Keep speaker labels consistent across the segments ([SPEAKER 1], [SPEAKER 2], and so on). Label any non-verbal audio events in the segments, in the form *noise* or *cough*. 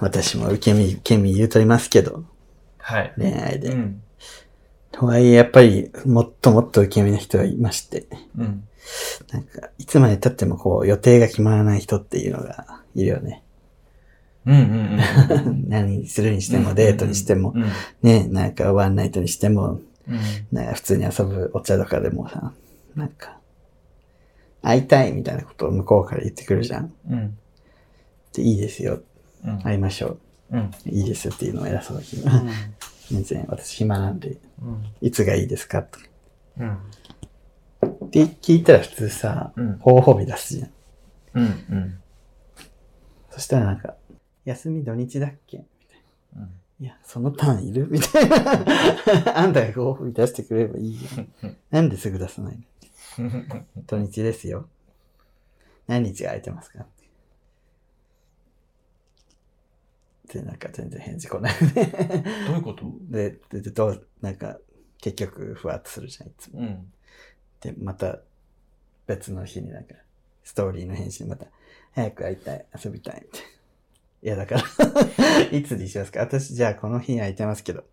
[SPEAKER 1] 私も受け身、受け身言うとりますけど、
[SPEAKER 2] はい。
[SPEAKER 1] 恋愛で。
[SPEAKER 2] うん。
[SPEAKER 1] とはいえ、やっぱり、もっともっと受け身な人がいまして、
[SPEAKER 2] うん。
[SPEAKER 1] なんか、いつまで経ってもこう、予定が決まらない人っていうのがいるよね。
[SPEAKER 2] うんうんうん
[SPEAKER 1] *laughs* 何するにして
[SPEAKER 2] う
[SPEAKER 1] も、
[SPEAKER 2] ん
[SPEAKER 1] デートにしても
[SPEAKER 2] う、ん。
[SPEAKER 1] ね、なんかワンナイトにしても、
[SPEAKER 2] うん
[SPEAKER 1] なんか普通に遊ぶお茶とかでもさ、なんか、会いたいみたいなことを向こうから言ってくるじゃん。
[SPEAKER 2] うん。
[SPEAKER 1] でいいですよ。
[SPEAKER 2] うん。
[SPEAKER 1] 会いましょ
[SPEAKER 2] うん。
[SPEAKER 1] う。いいですよっていうのを偉そうな気
[SPEAKER 2] う
[SPEAKER 1] が。
[SPEAKER 2] ん。
[SPEAKER 1] 全然私暇なんで、
[SPEAKER 2] うん。
[SPEAKER 1] いつがいいですかとか。
[SPEAKER 2] うん。
[SPEAKER 1] って聞いたら普通さ、
[SPEAKER 2] うん
[SPEAKER 1] 方法日出すじゃん。
[SPEAKER 2] うん。うん。
[SPEAKER 1] そしたらなんか、休み土日だっけ
[SPEAKER 2] うん
[SPEAKER 1] いや、そのターンいるみ *laughs* たいな。あんたが方法日出してくれればいいじゃん。
[SPEAKER 2] *laughs*
[SPEAKER 1] なんですぐ出さないの土日ですよ。何日が空いてますかってなんか全然返事来ない *laughs* ね。
[SPEAKER 2] どういうこと
[SPEAKER 1] で、で、でどう、なんか、結局、ふわっとするじゃん、いつも。
[SPEAKER 2] うん。
[SPEAKER 1] で、また、別の日になんか、ストーリーの返信また、早く会いたい、遊びたい、み *laughs* たいな。いや、だから、 *laughs* いつにしますか私、じゃあ、この日空いてますけど、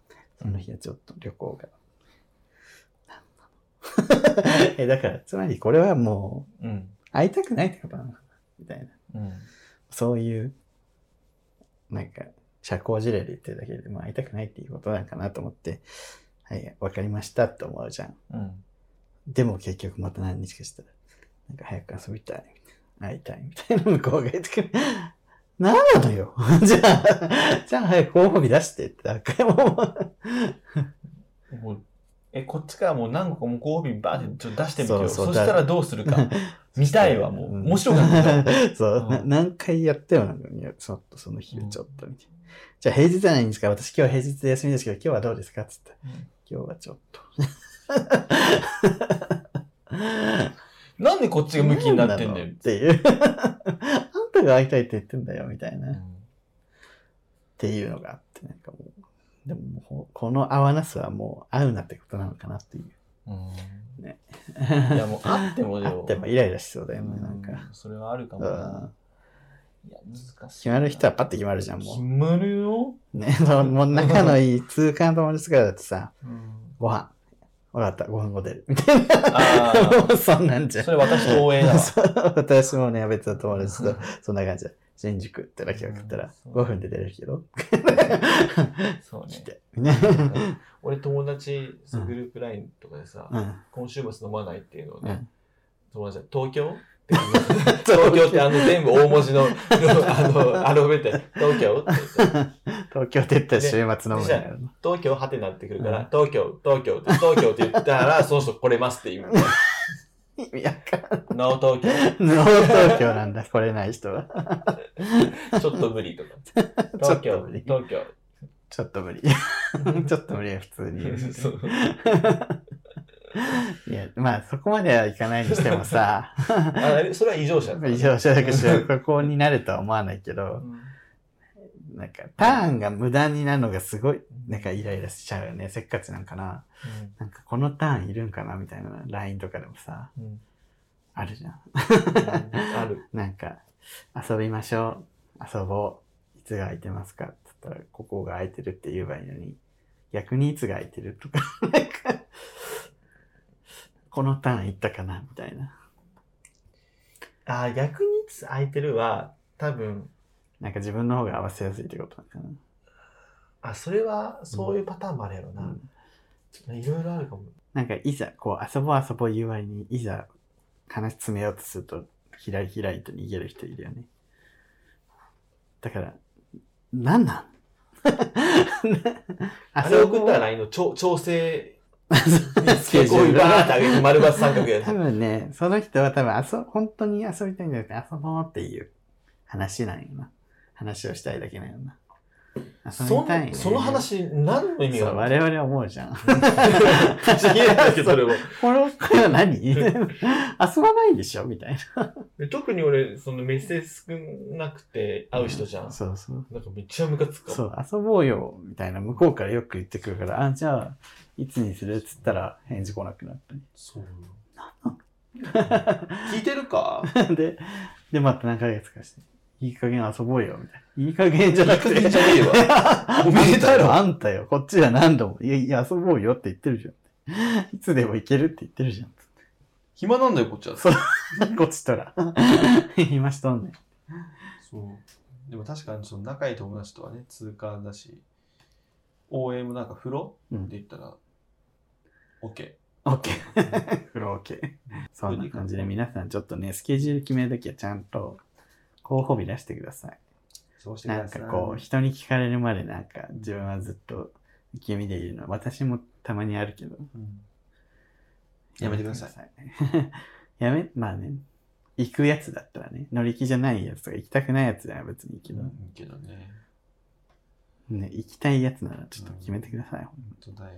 [SPEAKER 1] その日はちょっと旅行が。 *laughs* え、だから、つまり、これはもう、
[SPEAKER 2] うん。
[SPEAKER 1] 会いたくないってことなのかなみたいな。
[SPEAKER 2] うん。
[SPEAKER 1] そういう、なんか、社交辞令で言ってるだけで、まあ会いたくないっていうことなんかなと思って、はい、わかりましたって思うじゃん。
[SPEAKER 2] うん。
[SPEAKER 1] でも結局また何日かしたら、なんか早く遊びたい、会いたいみたいな向こうが言ってくる。 *laughs* 何なのよ *laughs* じゃあ、 *laughs* じゃあ早く候補日出してって、なんかもう。
[SPEAKER 2] もうえ、こっちからもう何個もご褒美バーってちょっと出してみてよ。
[SPEAKER 1] そ
[SPEAKER 2] そう
[SPEAKER 1] そう
[SPEAKER 2] したらどうするか。 *laughs* 見たいわ、もう。面白かったよ。
[SPEAKER 1] た。 *laughs* そう、な
[SPEAKER 2] うん
[SPEAKER 1] 何回やってもなんか、いやちょっとその日はちょっとみたいな。じゃあ平日じゃないんですか私今日平日で休みですけど、今日はどうですかつって。今日はちょっと。
[SPEAKER 2] なんでこっちが向きになってんだ
[SPEAKER 1] な
[SPEAKER 2] よ
[SPEAKER 1] のっ。ていう。 *laughs* あんたが会いたいって言ってんだよ、みたいな。っていうのがあって、なんかもう。でももうほ、この合わなさはもう、合うなってことなのかなっていう。
[SPEAKER 2] うん
[SPEAKER 1] ね
[SPEAKER 2] いや、もうあっても
[SPEAKER 1] *laughs*
[SPEAKER 2] で
[SPEAKER 1] あ
[SPEAKER 2] も。
[SPEAKER 1] ってもイライラしそうだよね、
[SPEAKER 2] う
[SPEAKER 1] なんか。
[SPEAKER 2] それはあるかも
[SPEAKER 1] う
[SPEAKER 2] な。
[SPEAKER 1] ん
[SPEAKER 2] いや、難しい。
[SPEAKER 1] 決まる人はパッて決まるじゃん、
[SPEAKER 2] 決
[SPEAKER 1] も
[SPEAKER 2] まるよ。
[SPEAKER 1] う。ね、そうもう仲のいい通過の友達とかだとさ、
[SPEAKER 2] うん
[SPEAKER 1] ご飯。わかった、ご飯後出る。みたい *laughs*
[SPEAKER 2] あ
[SPEAKER 1] な。もうそんなんじゃ
[SPEAKER 2] あ、
[SPEAKER 1] ん
[SPEAKER 2] そ。れ私と応援だ
[SPEAKER 1] *laughs*
[SPEAKER 2] わ。
[SPEAKER 1] そう私もね、別の友達と、そんな感じで、新宿ってだけ送ったら、
[SPEAKER 2] うん
[SPEAKER 1] 5分で出るけど、
[SPEAKER 2] そう
[SPEAKER 1] 来
[SPEAKER 2] ね。
[SPEAKER 1] て。 *laughs* ね。
[SPEAKER 2] 俺友達、そうグループラインとかでさ、
[SPEAKER 1] うん。
[SPEAKER 2] 今週末飲まないっていうのを
[SPEAKER 1] う
[SPEAKER 2] ね、
[SPEAKER 1] ん
[SPEAKER 2] 友達は東
[SPEAKER 1] *laughs*
[SPEAKER 2] 京って言うの東京ってあの全部大文字のあのアルファベットで東京って言って
[SPEAKER 1] 東京って言ったら週末飲むんだよ。
[SPEAKER 2] 東京はてなってくるか
[SPEAKER 1] う
[SPEAKER 2] ら
[SPEAKER 1] ん
[SPEAKER 2] 東京東京って東京って言ったらその人来れますって言う
[SPEAKER 1] 意味わかん
[SPEAKER 2] の No 東京
[SPEAKER 1] *laughs* ない。ノー東京なんだ、来れない人は。
[SPEAKER 2] ちょっと無理とか
[SPEAKER 1] *laughs* ちょ
[SPEAKER 2] 東
[SPEAKER 1] っと
[SPEAKER 2] 京
[SPEAKER 1] 無理
[SPEAKER 2] 東京
[SPEAKER 1] ちょっと無理。ちょっと無理は普通に言う。
[SPEAKER 2] *laughs* そう
[SPEAKER 1] いや、まあそこまではいかないにしてもさ、
[SPEAKER 2] あそれは異常者
[SPEAKER 1] 異常者だけど、ここになるとは思わないけど、なんかターンが無駄になるのがすごい、なんかイライラしちゃうよね。せっかちなんかな。なんかこのターンいるんかなみたいな LINE とかでもさ、
[SPEAKER 2] うんうん
[SPEAKER 1] あるじゃん。
[SPEAKER 2] ある
[SPEAKER 1] なんか、遊びましょう。遊ぼう。いつが空いてますかって言ったら、ここが空いてるって言えばいいのに、逆にいつが空いてるとか、なんか、このターン行ったかなみたいな。
[SPEAKER 2] あー逆にいつ空いてるは多分
[SPEAKER 1] なんか自分の方が合わせやすいってことなのか
[SPEAKER 2] あそれはそういうパターンもあるやろ
[SPEAKER 1] な。う
[SPEAKER 2] なんいろいろあるかも
[SPEAKER 1] なんか、いざ、こう、遊ぼう遊ぼう言う割に、いざ、話詰めようとすると、ひらりひらりと逃げる人いるよね。だから、なんなん
[SPEAKER 2] *laughs* あれ送ったら
[SPEAKER 1] ら
[SPEAKER 2] LINE の調調整
[SPEAKER 1] スケジ
[SPEAKER 2] こう
[SPEAKER 1] ュ
[SPEAKER 2] い
[SPEAKER 1] ー
[SPEAKER 2] う
[SPEAKER 1] ル
[SPEAKER 2] バーって上げて丸抜三角や
[SPEAKER 1] 多分ね、その人は多分遊、本当に遊びたいんじゃなくて、遊ぼうっていう話なんよな。話をしたいだけなんよな。遊
[SPEAKER 2] そ
[SPEAKER 1] びたい、
[SPEAKER 2] ん
[SPEAKER 1] ね。
[SPEAKER 2] その話何の意味
[SPEAKER 1] そう、
[SPEAKER 2] があ
[SPEAKER 1] 我
[SPEAKER 2] る
[SPEAKER 1] 々思うじゃん。
[SPEAKER 2] 不思議なんだけどそれも
[SPEAKER 1] この声は何遊ばないでしょみたいな。
[SPEAKER 2] 特に俺そのメッセージ少なくて会う人じゃん、
[SPEAKER 1] そうそう。
[SPEAKER 2] なんかめっちゃムカつくか
[SPEAKER 1] そ
[SPEAKER 2] も
[SPEAKER 1] う、遊ぼうよ、みたいな、向こうからよく言ってくるから、あ、じゃあ、いつにするっつったら、返事来なくなったり。
[SPEAKER 2] そう聞いてるか
[SPEAKER 1] *laughs* で、で、また何ヶ月かして、いい加減遊ぼうよ、みたいな。いい加減じゃなくて。
[SPEAKER 2] いい加減じゃねえ
[SPEAKER 1] *laughs* わ
[SPEAKER 2] おめえだろ
[SPEAKER 1] あんたよ、こっちは何度も。いや、いや遊ぼうよって言ってるじゃん。いつでも行けるって言ってるじゃん。
[SPEAKER 2] 暇なんだよ、こっちは。
[SPEAKER 1] そう *laughs* こっちとら。今しとんねん。
[SPEAKER 2] そう。でも確かにその仲いい友達とはね、通過だし、応援もなんか風呂
[SPEAKER 1] う
[SPEAKER 2] っ
[SPEAKER 1] ん
[SPEAKER 2] て。言ったら、OK。
[SPEAKER 1] オッケー。フローオッケー。そんな感じで皆さんちょっとね、スケジュール決めるときはちゃんと候補日出してください。
[SPEAKER 2] そうしてく
[SPEAKER 1] なん
[SPEAKER 2] ださ
[SPEAKER 1] か
[SPEAKER 2] い。
[SPEAKER 1] こう、人に聞かれるまでなんか自分はずっと受け身でいるの。私もたまにあるけど。
[SPEAKER 2] うんやめてください。
[SPEAKER 1] い。 *laughs* やめ、まあね。行くやつだったらね、乗り気じゃないやつとか行きたくないやつなら別にいいけど、
[SPEAKER 2] うんけどね。
[SPEAKER 1] ね、行きたいやつならちょっと決めてください。
[SPEAKER 2] 本当だよ。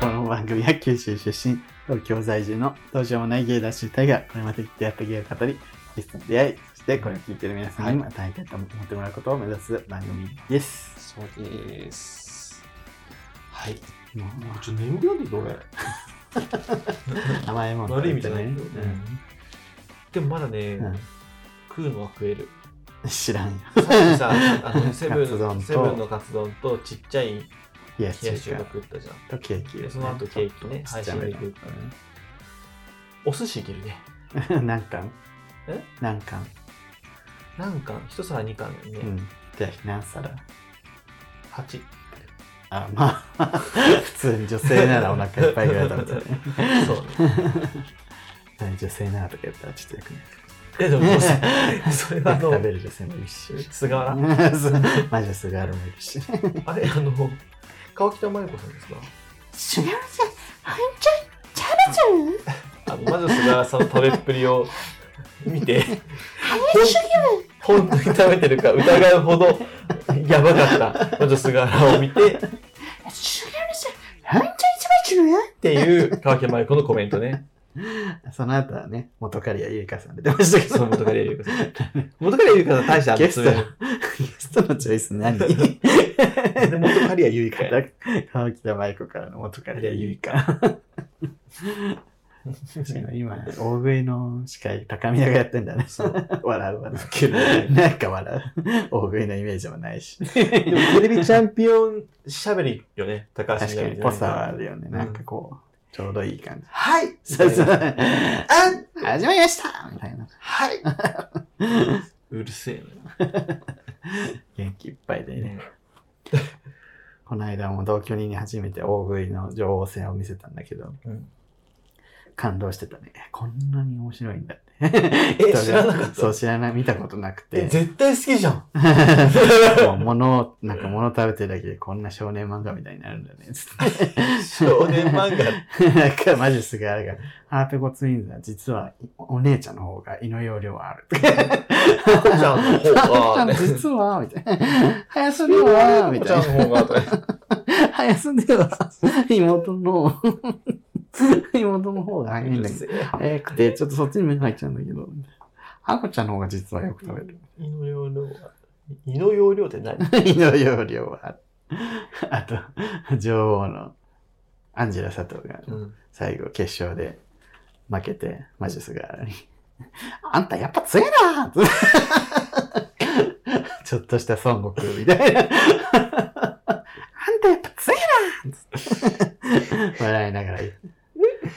[SPEAKER 1] この番組は九州出身、東京在住のどうしようもない芸男子2人がこれまで出会った芸を語り、ゲストに出会い、そしてこれを聞いてる皆さんにまた会いたいと思ってもらうことを目指す番組です。
[SPEAKER 2] そうです。はい。
[SPEAKER 1] もう
[SPEAKER 2] ちょっと眠くなってきた
[SPEAKER 1] *laughs*
[SPEAKER 2] 俺。
[SPEAKER 1] 甘いもの
[SPEAKER 2] 悪い意味じゃない
[SPEAKER 1] ね
[SPEAKER 2] けど。でもまだね、
[SPEAKER 1] うん
[SPEAKER 2] 食うのは食
[SPEAKER 1] *laughs*
[SPEAKER 2] える。
[SPEAKER 1] うん知らんよ。
[SPEAKER 2] さっきさ、あのセブ
[SPEAKER 1] カツ丼
[SPEAKER 2] ン
[SPEAKER 1] と
[SPEAKER 2] セブンのカツ丼とちっちゃい冷
[SPEAKER 1] いや、
[SPEAKER 2] や
[SPEAKER 1] 中
[SPEAKER 2] しを
[SPEAKER 1] 華
[SPEAKER 2] 食ったじゃん。
[SPEAKER 1] とケーキをね、
[SPEAKER 2] でその後ケーキね
[SPEAKER 1] ちょっとちっちゃめの
[SPEAKER 2] 配信でお寿司いけるね。
[SPEAKER 1] 何貫
[SPEAKER 2] え
[SPEAKER 1] 何貫
[SPEAKER 2] 何貫一皿二貫だよね。
[SPEAKER 1] うん。じゃあ何皿
[SPEAKER 2] 八。
[SPEAKER 1] あ、まあ、普通に女性ならお腹いっぱいぐらい食べたね。
[SPEAKER 2] そうね。
[SPEAKER 1] 何女性ならとか言ったらちょっとよくない。
[SPEAKER 2] え、でももうさ、それはあ
[SPEAKER 1] 食
[SPEAKER 2] の、
[SPEAKER 1] べる女性もいるし。
[SPEAKER 2] 菅原。
[SPEAKER 1] そうマジですぐあるもいるし。違う
[SPEAKER 2] あれ、あの、川北麻友子さんですか
[SPEAKER 1] じゃん、あんちゃん、チ
[SPEAKER 2] あのまず菅原さんの食べっぷりを見て、本当に食べてるか疑うほどやばかった、まず菅原を見て、っ
[SPEAKER 1] ャラチュー。あんちゃん、一番
[SPEAKER 2] ていう川北麻友子のコメントね。
[SPEAKER 1] その後はね、元カリアゆいかさんで出ましたけ
[SPEAKER 2] そ
[SPEAKER 1] ど、
[SPEAKER 2] の元カレ優香さん。元カレ優香さん大した
[SPEAKER 1] ゲスト
[SPEAKER 2] あの
[SPEAKER 1] *laughs* ゲストのチョイス何
[SPEAKER 2] 爪で元カレ優
[SPEAKER 1] *laughs*
[SPEAKER 2] 香や。
[SPEAKER 1] 川北舞子からの元カリアゆい *laughs* か。今、大食いの司会、高宮がやってんだね。
[SPEAKER 2] そう
[SPEAKER 1] 笑う笑
[SPEAKER 2] けどね
[SPEAKER 1] う。なんか笑う。大食いのイメージもないし。
[SPEAKER 2] でもテレビチャンピオンしゃべりよね、高橋
[SPEAKER 1] 確
[SPEAKER 2] み
[SPEAKER 1] か
[SPEAKER 2] なみ
[SPEAKER 1] に、
[SPEAKER 2] ね
[SPEAKER 1] ぽさはあるよね。
[SPEAKER 2] ん
[SPEAKER 1] なんかこう、ちょうどいい感じ。
[SPEAKER 2] はい
[SPEAKER 1] そうそう。
[SPEAKER 2] あ
[SPEAKER 1] 始まりましたみたいな。
[SPEAKER 2] はいうるせえな。
[SPEAKER 1] 元気いっぱいでね。この間も同居人に初めて大食いの女王戦を見せたんだけど、
[SPEAKER 2] うん
[SPEAKER 1] 感動してたね。こんなに面白いんだって。
[SPEAKER 2] *laughs* え、知らなかっ
[SPEAKER 1] そ
[SPEAKER 2] た
[SPEAKER 1] う、知らない、見たことなく
[SPEAKER 2] え、
[SPEAKER 1] て。
[SPEAKER 2] 絶対好きじゃん。
[SPEAKER 1] *laughs* もう物を、なんか物を食べてるだけでこんな少年漫画みたいになるんだね。つって
[SPEAKER 2] *laughs* 少年漫画。
[SPEAKER 1] なんかマジすぐあれが、ハーペコツインズは実はお姉ちゃんの方が胃の容量はある。
[SPEAKER 2] コちゃんの方
[SPEAKER 1] ちゃん
[SPEAKER 2] が。
[SPEAKER 1] 実はみたいな。早すぎるわみ
[SPEAKER 2] コち
[SPEAKER 1] た
[SPEAKER 2] ゃ
[SPEAKER 1] い
[SPEAKER 2] ん
[SPEAKER 1] な。
[SPEAKER 2] の方がとか。
[SPEAKER 1] 早すぎる
[SPEAKER 2] *laughs*
[SPEAKER 1] わ妹の、妹の方が早いんだけど。早くて、ちょっとそっちに目が入っちゃうんだけど。あこちゃんの方が実はよく食べる。
[SPEAKER 2] 胃の容量は。胃の容量って何
[SPEAKER 1] 胃の容量はある。あと、女王のアンジェラ佐藤が
[SPEAKER 2] うん。
[SPEAKER 1] 最後決勝で負けて、マジスガーラに。あんたやっぱ強いな *laughs* ちょっとした孫悟空みたいな。あんたやっぱ強いな笑いながら言う。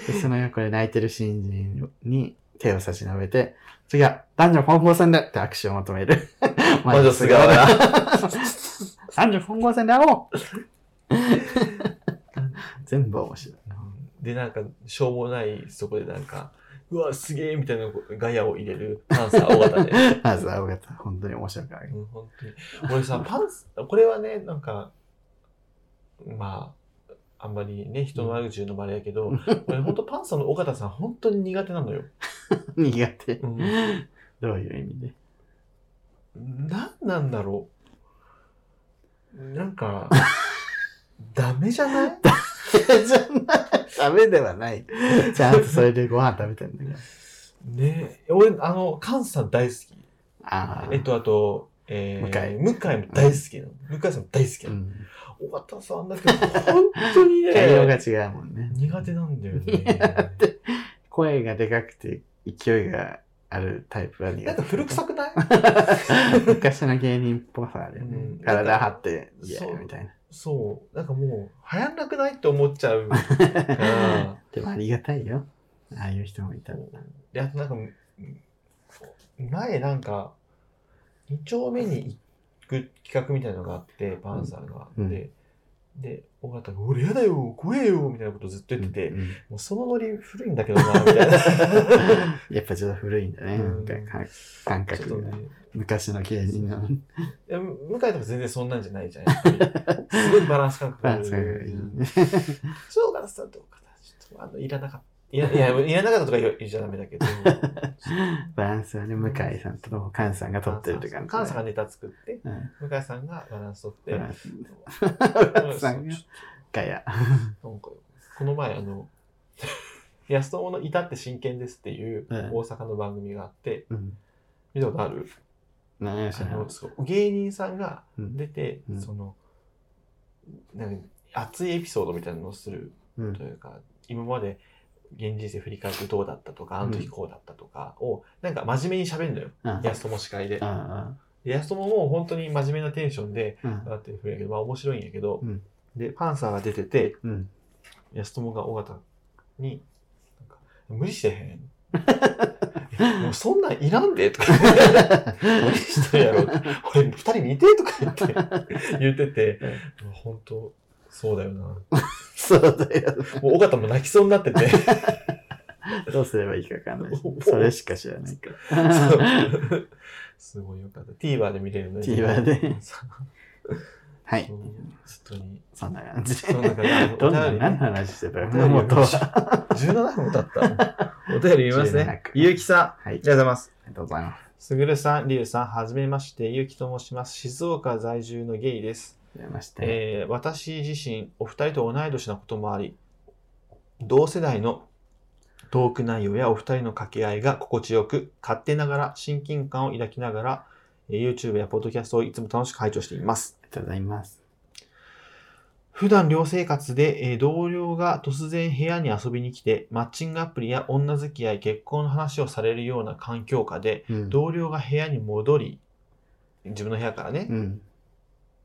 [SPEAKER 1] でその横で泣いてる新人に手を差し伸べて、次は男女混合戦だって握手を求め *laughs* る。
[SPEAKER 2] 魔女菅原。
[SPEAKER 1] 男女混合戦で会おう全部面白い。
[SPEAKER 2] で、なんか、しょうもない、そこでなんか、うわ、すげえみたいなガヤを入れるパンサー尾形
[SPEAKER 1] *laughs*
[SPEAKER 2] で。
[SPEAKER 1] まず青方、本当に面白くない。
[SPEAKER 2] うん、本当に。俺 *laughs* さ、パンツ、これはね、なんか、まあ、あんまりね、人の悪口言うのもあれやけど、俺本当パンサーの尾形さん、本当に苦手なのよ。
[SPEAKER 1] 苦手
[SPEAKER 2] う。ん
[SPEAKER 1] どういう意味
[SPEAKER 2] *laughs*
[SPEAKER 1] で
[SPEAKER 2] なんなんだろうなん *laughs* か、ダメじゃない
[SPEAKER 1] じゃない。ダメではない。 *laughs* ちゃんとそれでご飯食べてんだけど。
[SPEAKER 2] ね俺、あの、カンさん大好き。
[SPEAKER 1] ああ。
[SPEAKER 2] えっと、あと、え
[SPEAKER 1] 向井
[SPEAKER 2] ー、向井も大好きなの。向井さん大好き
[SPEAKER 1] う
[SPEAKER 2] なの。
[SPEAKER 1] ん。
[SPEAKER 2] 尾形さんだけど、本当に *laughs*
[SPEAKER 1] 対応が
[SPEAKER 2] ね、
[SPEAKER 1] 違うもんね。
[SPEAKER 2] 苦手なんだよね。
[SPEAKER 1] 声がでかくて勢いがあるタイプは苦手。
[SPEAKER 2] なんか古臭くない
[SPEAKER 1] *laughs* 昔の芸人っぽさあるよね。
[SPEAKER 2] うん
[SPEAKER 1] 体張って、いや
[SPEAKER 2] そう
[SPEAKER 1] みたいな。
[SPEAKER 2] そう。なんかもう、流行んなくないって思っちゃ *laughs* うから。
[SPEAKER 1] でもありがたいよ。ああいう人もいたら。
[SPEAKER 2] で、あとなんか、うん前なんか、2丁目に行く企画みたいなのがあって、パンサーがあって、
[SPEAKER 1] うん
[SPEAKER 2] で、尾形が、俺やだよ、怖えよ、みたいなことずっと言ってて、 *laughs*
[SPEAKER 1] うん
[SPEAKER 2] もうそのノリ古いんだけどな、 *laughs* みたいな。
[SPEAKER 1] やっぱちょっと古いんだね。
[SPEAKER 2] うん
[SPEAKER 1] なんかか感
[SPEAKER 2] ちょっと
[SPEAKER 1] 覚が。
[SPEAKER 2] ね、
[SPEAKER 1] 昔の芸人の。
[SPEAKER 2] いや向井とか全然そんなんじゃないじゃん。やっぱりすご *laughs* いバランス感覚
[SPEAKER 1] ま
[SPEAKER 2] があ
[SPEAKER 1] あ、
[SPEAKER 2] る
[SPEAKER 1] そういう。
[SPEAKER 2] そうかな、さんどうかな。ちょっと、あの、いらなかった。いや、い
[SPEAKER 1] *laughs*
[SPEAKER 2] や、いらなかったとか言う言っちゃダメだけど。
[SPEAKER 1] バランスはね、向井さんと菅さんが取ってるって感じだね。
[SPEAKER 2] 菅さんがネタ作って、
[SPEAKER 1] うん
[SPEAKER 2] 向井さんがバランス取って。
[SPEAKER 1] バランス
[SPEAKER 2] うん
[SPEAKER 1] バランスさんが
[SPEAKER 2] そうち
[SPEAKER 1] ガヤ。
[SPEAKER 2] ょなんか、この前、あの、 *laughs* 安友のいたって真剣ですっていう
[SPEAKER 1] うん
[SPEAKER 2] 大阪の番組があって、
[SPEAKER 1] うん。
[SPEAKER 2] 見たことある
[SPEAKER 1] 何やし
[SPEAKER 2] あ
[SPEAKER 1] な
[SPEAKER 2] のそう芸人さんが
[SPEAKER 1] うん
[SPEAKER 2] 出て、
[SPEAKER 1] うん
[SPEAKER 2] その、なんか熱いエピソードみたいなのをする
[SPEAKER 1] うん
[SPEAKER 2] というか今まで現人生振り返ってどうだったとかあの時こうだったとかをなんか真面目に喋るのよ
[SPEAKER 1] うん
[SPEAKER 2] 安友司会で
[SPEAKER 1] あ
[SPEAKER 2] で安友も本当に真面目なテンションで
[SPEAKER 1] あうん
[SPEAKER 2] だってるんやけどまあ面白いんやけど、
[SPEAKER 1] うん
[SPEAKER 2] でパンサーが出てて
[SPEAKER 1] うん。
[SPEAKER 2] 安友が尾形になんか無理し
[SPEAKER 1] *laughs*
[SPEAKER 2] てへんもうそんなんいらんでとか無理してるやろ俺二人見てとか言って
[SPEAKER 1] *laughs*
[SPEAKER 2] 言っててもう本当そうだよなも
[SPEAKER 1] そうだよ。
[SPEAKER 2] う尾形も泣きそうになってて
[SPEAKER 1] どうすればいいかわかんないし
[SPEAKER 2] *laughs* おお。
[SPEAKER 1] それしか知らないか
[SPEAKER 2] そ
[SPEAKER 1] ら。
[SPEAKER 2] うすごいよかった。TVer で見れるの
[SPEAKER 1] TVer で
[SPEAKER 2] そう
[SPEAKER 1] はい。
[SPEAKER 2] 本当に。
[SPEAKER 1] そんな感じで
[SPEAKER 2] そんな感じあの。
[SPEAKER 1] どん
[SPEAKER 2] お
[SPEAKER 1] な、
[SPEAKER 2] 便り
[SPEAKER 1] 何の話してた
[SPEAKER 2] お
[SPEAKER 1] の
[SPEAKER 2] 便り
[SPEAKER 1] 元は。
[SPEAKER 2] 17分経った。お便り見ますね。ゆうきさん。
[SPEAKER 1] はい。あり
[SPEAKER 2] ありがとうございます。
[SPEAKER 1] がとうございます
[SPEAKER 2] ぐるさん、りゅうさん、はじめまして、ゆうきと申します。静岡在住のゲイです。
[SPEAKER 1] す。出まして。
[SPEAKER 2] えー私自身、お二人と同い年なこともあり、同世代のトーク内容やお二人の掛け合いが心地よく、勝手ながら親近感を抱きながら、えー YouTube やポッドキャストをいつも楽しく拝聴しています。
[SPEAKER 1] ありがとうございます。
[SPEAKER 2] 普段寮生活で、えー同僚が突然部屋に遊びに来て、マッチングアプリや女付き合い、結婚の話をされるような環境下で、
[SPEAKER 1] うん
[SPEAKER 2] 同僚が部屋に戻り、自分の部屋からね、
[SPEAKER 1] うん。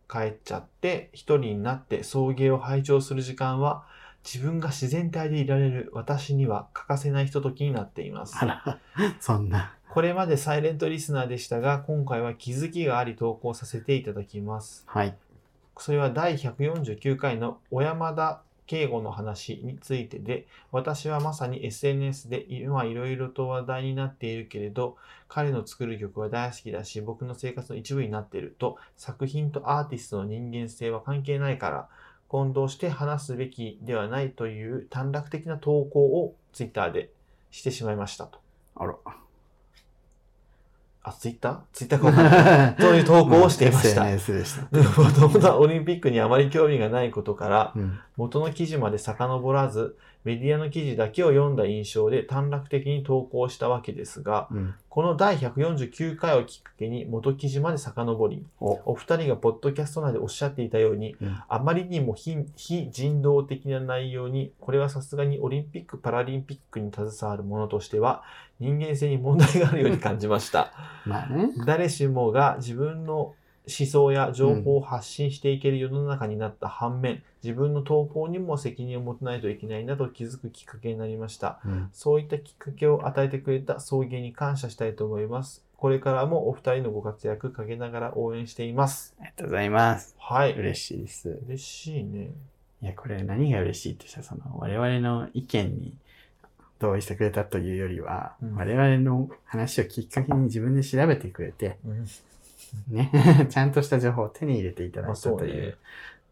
[SPEAKER 2] 帰っちゃって一人になって送迎を拝聴する時間は自分が自然体でいられる私には欠かせないひとときになっています
[SPEAKER 1] あら、 *laughs* そんな。
[SPEAKER 2] これまでサイレントリスナーでしたが今回は気づきがあり投稿させていただきます
[SPEAKER 1] はい。
[SPEAKER 2] それは第149回の小山田敬吾の話についてで私はまさに SNS で今いろいろと話題になっているけれど彼の作る曲は大好きだし僕の生活の一部になっていると作品とアーティストの人間性は関係ないから混同して話すべきではないという短絡的な投稿を Twitter でしてしまいましたと。
[SPEAKER 1] あら。
[SPEAKER 2] あ、Twitter?Twitter かわ
[SPEAKER 1] *laughs*
[SPEAKER 2] かんないそういう投稿をしていました
[SPEAKER 1] SNS でした。
[SPEAKER 2] でもともとオリンピックにあまり興味がないことから
[SPEAKER 1] うん。
[SPEAKER 2] 元の記事まで遡らず、メディアの記事だけを読んだ印象で短絡的に投稿したわけですが、
[SPEAKER 1] うん。
[SPEAKER 2] この第149回をきっかけに元記事まで遡り、
[SPEAKER 1] お
[SPEAKER 2] お二人がポッドキャスト内でおっしゃっていたように、
[SPEAKER 1] うん
[SPEAKER 2] あまりにも非非人道的な内容に、これはさすがにオリンピック・パラリンピックに携わるものとしては、人間性に問題があるように感じました。
[SPEAKER 1] まあね。
[SPEAKER 2] 誰しもが自分の思想や情報を発信していける世の中になった反面、自分の投稿にも責任を持たないといけないなと気づくきっかけになりました。
[SPEAKER 1] うん。
[SPEAKER 2] そういったきっかけを与えてくれた送迎に感謝したいと思います。これからもお二人のご活躍かけながら応援しています。
[SPEAKER 1] ありがとうございます。
[SPEAKER 2] はい。
[SPEAKER 1] 嬉しいです。
[SPEAKER 2] 嬉しいね。
[SPEAKER 1] いや、これ何が嬉しいってさ、その、我々の意見に同意してくれたというよりは、
[SPEAKER 2] うん
[SPEAKER 1] 我々の話をきっかけに自分で調べてくれて、ね、 *laughs* ちゃんとした情報を手に入れていただ
[SPEAKER 2] まあ
[SPEAKER 1] いた
[SPEAKER 2] そう
[SPEAKER 1] という
[SPEAKER 2] ね。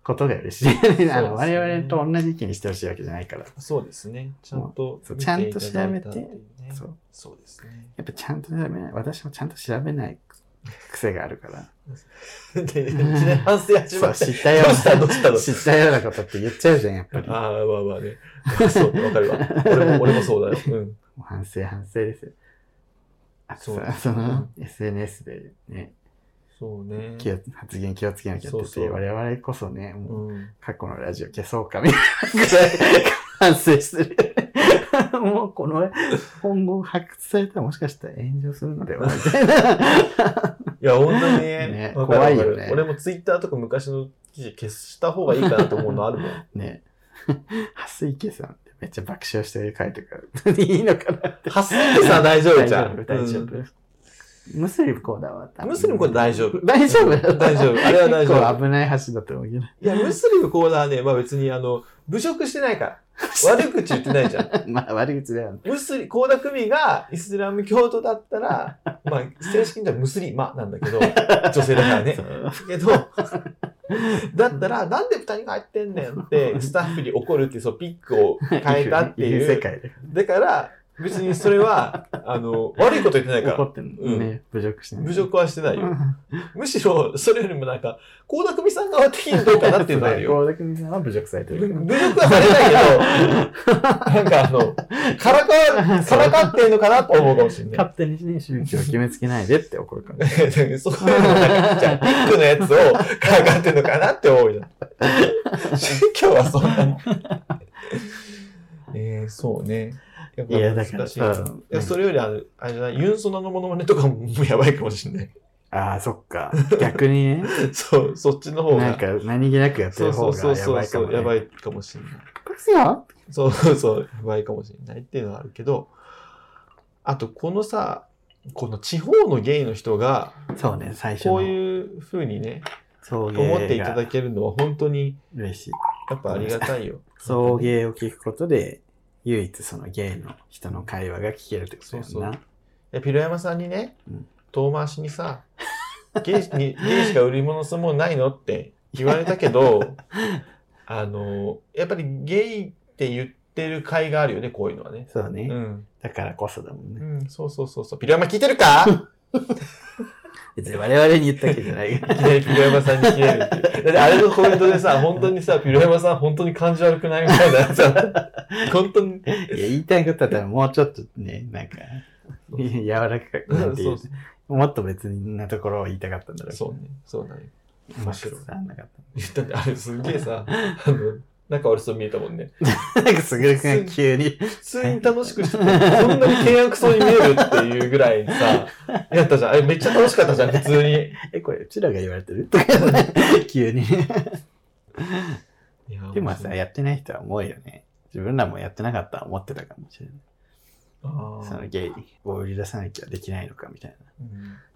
[SPEAKER 1] ことが嬉しい。
[SPEAKER 2] ね
[SPEAKER 1] あの我々と同じ意見にしてほしいわけじゃないから。
[SPEAKER 2] そうですね。ちゃんと
[SPEAKER 1] そう
[SPEAKER 2] 見ていただいた
[SPEAKER 1] ちゃんと調べて
[SPEAKER 2] っていうね
[SPEAKER 1] そう
[SPEAKER 2] そうで
[SPEAKER 1] *laughs*
[SPEAKER 2] すね。
[SPEAKER 1] やっぱちゃんと調べない。私もちゃんと調べない癖があるから。
[SPEAKER 2] で、いきなり反省始
[SPEAKER 1] そ
[SPEAKER 2] ま
[SPEAKER 1] う、
[SPEAKER 2] って
[SPEAKER 1] 知ったよ
[SPEAKER 2] どうしたどう
[SPEAKER 1] う
[SPEAKER 2] したど
[SPEAKER 1] な、
[SPEAKER 2] うし
[SPEAKER 1] 知ったようなことって言っちゃうじゃん、やっぱり。も
[SPEAKER 2] ああ、まあまあね。 *laughs* そう、わかるわ。
[SPEAKER 1] *laughs*
[SPEAKER 2] 俺も、俺もそうだよ。うん。
[SPEAKER 1] う反省、反省ですよ。あと
[SPEAKER 2] そう
[SPEAKER 1] さ、その、SNS でね、
[SPEAKER 2] そうね。
[SPEAKER 1] 気を発言気をつけなきゃって言って
[SPEAKER 2] そうそう
[SPEAKER 1] 我々こそね、もう
[SPEAKER 2] うん。
[SPEAKER 1] 過去のラジオ消そうかみたい
[SPEAKER 2] *laughs*
[SPEAKER 1] なぐらい反省してる。 *laughs* もうこの今後発掘されたらもしかしたら炎上するのではみ
[SPEAKER 2] *laughs*
[SPEAKER 1] たいな。
[SPEAKER 2] いや、本当に
[SPEAKER 1] *laughs*
[SPEAKER 2] ね
[SPEAKER 1] ね、
[SPEAKER 2] わかるわかる
[SPEAKER 1] 怖いよね
[SPEAKER 2] 俺もツイッターとか昔の記事消した方がいいかなと思うのあるもん。
[SPEAKER 1] *laughs* ね。蓮池さんってめっちゃ爆笑してる回とか、 *laughs* いいのかなって。
[SPEAKER 2] ハスってさ、大丈夫
[SPEAKER 1] 大
[SPEAKER 2] じ
[SPEAKER 1] 丈
[SPEAKER 2] ゃ
[SPEAKER 1] 夫、
[SPEAKER 2] ん。
[SPEAKER 1] 大丈夫。ムスリムコーダは多分
[SPEAKER 2] ムスリムコーダ大丈夫
[SPEAKER 1] 大丈
[SPEAKER 2] う
[SPEAKER 1] 夫
[SPEAKER 2] ん *laughs* 大丈夫あれは大丈夫
[SPEAKER 1] 結構危ない橋だと思うけど。 *laughs*
[SPEAKER 2] いや、ムスリムコーダーね、まあ別にあの、侮辱してないから。悪口言ってないじゃん。
[SPEAKER 1] まあ悪口だよね。
[SPEAKER 2] ムスリ、コーダ組がイスラム教徒だったら、まあ正式にはムスリマなんだけど、女性だからね
[SPEAKER 1] そ。う
[SPEAKER 2] けど、だったら、なんで二人が入ってんねんって、スタッフに怒るっていう、そう、ピックを変えたってい。
[SPEAKER 1] いう世界だか
[SPEAKER 2] だから、別にそれは、あの、悪いこと言ってない
[SPEAKER 1] ら。
[SPEAKER 2] か
[SPEAKER 1] 怒
[SPEAKER 2] ら、
[SPEAKER 1] ってんのね。侮辱してない。
[SPEAKER 2] 侮辱はしてないよ。
[SPEAKER 1] うん
[SPEAKER 2] むしろ、それよりもなんか、倖田來未さん側的にどうかなっていうのはあるよ。
[SPEAKER 1] そうだよ倖田來未さんは侮辱されて
[SPEAKER 2] 侮
[SPEAKER 1] るけど。
[SPEAKER 2] 辱はされないけど、なんかあの、からか、からかってんのかなと思うかもしれな
[SPEAKER 1] *laughs*
[SPEAKER 2] い。
[SPEAKER 1] 勝手にね、宗教を決めつけないでって怒るから。
[SPEAKER 2] *laughs* そういうのなんか、じゃあ、ピックのやつをからかってんのかなって思 *laughs* うじゃん。宗教はそんなに。えー、そう *laughs* ね。やっ
[SPEAKER 1] いや、だから、うん
[SPEAKER 2] いや、それよりあの、あれじゃない、ユンソナのモノマネとかももうやばいかもしれない。 *laughs*
[SPEAKER 1] ああ、そっか。逆にね、
[SPEAKER 2] そう、そっちの方が。
[SPEAKER 1] なんか何気なくやって
[SPEAKER 2] そ
[SPEAKER 1] る
[SPEAKER 2] うそ
[SPEAKER 1] 方
[SPEAKER 2] う
[SPEAKER 1] が
[SPEAKER 2] そ
[SPEAKER 1] や
[SPEAKER 2] うそ
[SPEAKER 1] ば
[SPEAKER 2] う
[SPEAKER 1] いか
[SPEAKER 2] そ
[SPEAKER 1] も、
[SPEAKER 2] う、
[SPEAKER 1] ね。
[SPEAKER 2] やばいかもしれない。
[SPEAKER 1] 隠すよ
[SPEAKER 2] そうそうそう、やばいかもしれないっていうのはあるけど、あと、このさ、この地方のゲイの人が、
[SPEAKER 1] そうね、最初の。
[SPEAKER 2] こういうふうにね、
[SPEAKER 1] 送迎が
[SPEAKER 2] 思っていただけるのは本当に、
[SPEAKER 1] 嬉しい。
[SPEAKER 2] やっぱありがたいよ。
[SPEAKER 1] 送迎を聞くことで、唯一そのゲイの人の会話が聞けるってことやんな。
[SPEAKER 2] そうそうえ、ピロヤマさんにね
[SPEAKER 1] うん、
[SPEAKER 2] 遠回しにさ、ゲイにゲイしか売り物すもんないのって言われた
[SPEAKER 1] *laughs*
[SPEAKER 2] けど、あの、やっぱりゲイって言ってる甲斐があるよね、こういうのはね。
[SPEAKER 1] そうね、
[SPEAKER 2] うん。
[SPEAKER 1] だからこそだもん
[SPEAKER 2] う
[SPEAKER 1] ね。
[SPEAKER 2] ん、そうそうそうそう。ピロヤマ聞いてるか
[SPEAKER 1] *laughs* 別に我々に言ったわけじゃない
[SPEAKER 2] い
[SPEAKER 1] が。
[SPEAKER 2] きなりピロヤマさんに切れるっていう。だってあれのコメントでさ、本当にさ、ピロヤマさん本当に感じ悪くないみたい
[SPEAKER 1] *laughs*
[SPEAKER 2] なさ、本当に。
[SPEAKER 1] いや、言いたいことだったらもうちょっとね、なんか、柔らかくな
[SPEAKER 2] そ
[SPEAKER 1] ん
[SPEAKER 2] う
[SPEAKER 1] ていう
[SPEAKER 2] そ
[SPEAKER 1] の
[SPEAKER 2] う
[SPEAKER 1] もっと別なところを言いたかったんだろうけど
[SPEAKER 2] そうね。そうだね。
[SPEAKER 1] うまく伝わんなかっ
[SPEAKER 2] 言ったんで、あれすっげえさ、あの、なんか俺そう見えたもんね。
[SPEAKER 1] た。 *laughs* なんか、すぐるくんが急
[SPEAKER 2] *laughs*
[SPEAKER 1] に、
[SPEAKER 2] 普通に楽しくしてたそんなに契約そうに見えるっていうぐらいさ、やったじゃん。あれめっちゃ楽しかったじゃん、普通に。
[SPEAKER 1] え、これ、うちらが言われてるとか、
[SPEAKER 2] *laughs*
[SPEAKER 1] 急に。でもさ、やってない人は思うよね。自分らもやってなかったら思ってたかもしれない。
[SPEAKER 2] あー
[SPEAKER 1] そのゲイを売り出さなきゃできないのかみたい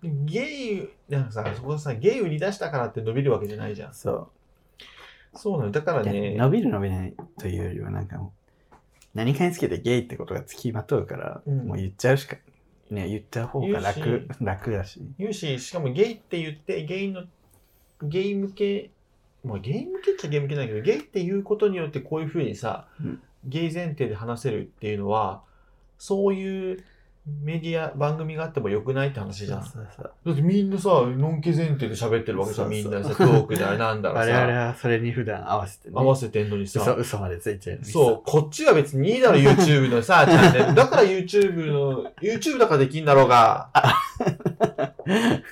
[SPEAKER 2] うんゲイ、なんかさ、そこはさ、ゲイ売り出したからって伸びるわけじゃないじゃん
[SPEAKER 1] な。。そ
[SPEAKER 2] そうなの。だから
[SPEAKER 1] う。で
[SPEAKER 2] ね、
[SPEAKER 1] 伸びる伸びないというよりは、なんかもう、何かにつけてゲイってことが付きまとうから、
[SPEAKER 2] うん
[SPEAKER 1] もう言っちゃうしか、ね、言った方が楽
[SPEAKER 2] 言、
[SPEAKER 1] 楽だし。
[SPEAKER 2] 言うし、しかもゲイって言って、ゲイの、ゲイ向け、まあゲイ向けっちゃゲイ向けないけど、ゲイっていうことによってこういうふうにさ、
[SPEAKER 1] うん
[SPEAKER 2] ゲイ前提で話せるっていうのは、そういうメディア、番組があってもよくないって話じゃん。
[SPEAKER 1] そうそうそう
[SPEAKER 2] だってみんなさ、のんけ前提で喋ってるわけじゃ
[SPEAKER 1] そ
[SPEAKER 2] ん。
[SPEAKER 1] う
[SPEAKER 2] み
[SPEAKER 1] そ
[SPEAKER 2] ん
[SPEAKER 1] う
[SPEAKER 2] なさ、トークだ、な
[SPEAKER 1] *laughs*
[SPEAKER 2] んだら
[SPEAKER 1] 我々
[SPEAKER 2] さ、
[SPEAKER 1] はそれに普段合わせてね。
[SPEAKER 2] 合わせてんのに
[SPEAKER 1] 嘘
[SPEAKER 2] さ。
[SPEAKER 1] 嘘までついちゃうのにさ
[SPEAKER 2] そう、こっちは別にいいだろ、YouTube のさ、チャ
[SPEAKER 1] *laughs*
[SPEAKER 2] ンネル。だから YouTube の、YouTube だからできんだろうが。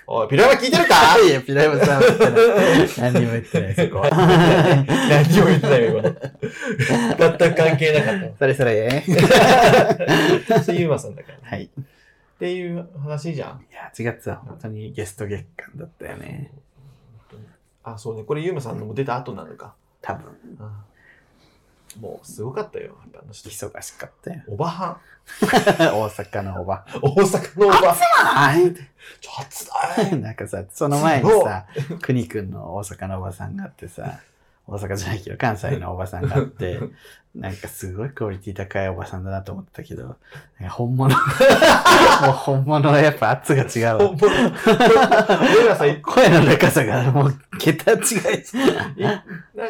[SPEAKER 2] おい、ピラマ聞いてるか
[SPEAKER 1] いや、ピライムさんは言ってない。 *laughs* 何にも言ってない、そこは。
[SPEAKER 2] 何も言ってないよ、今の。全く関係なかっ
[SPEAKER 1] それそれ。
[SPEAKER 2] た。それユーマさんだから。っ
[SPEAKER 1] はい。い
[SPEAKER 2] ていう話じゃん。
[SPEAKER 1] や、8月は本当にゲスト月間だったよね。
[SPEAKER 2] あ、そうね。これユーマさんのも出た後なのか。
[SPEAKER 1] 多分、
[SPEAKER 2] あもう、すごかったよ。やっぱあの人。
[SPEAKER 1] 忙しか *laughs* ったよ。
[SPEAKER 2] おばはん。
[SPEAKER 1] 大阪のおば。
[SPEAKER 2] 大阪のおばはん。
[SPEAKER 1] はい
[SPEAKER 2] ちょっとだ
[SPEAKER 1] *laughs*
[SPEAKER 2] い
[SPEAKER 1] なんかさ、その前にさ、くにくんの大阪のおばさんがあってさ、大阪じゃないけど、関西のおばさんがあ
[SPEAKER 2] *laughs*
[SPEAKER 1] って、なんかすごいクオリティ高いおばさんだなと思ってたけど、なんか本
[SPEAKER 2] *laughs*
[SPEAKER 1] 物、もう本物はやっぱ圧が違うわ
[SPEAKER 2] 本。物俺らさ、い
[SPEAKER 1] 声の高さがもう桁違いです。
[SPEAKER 2] なん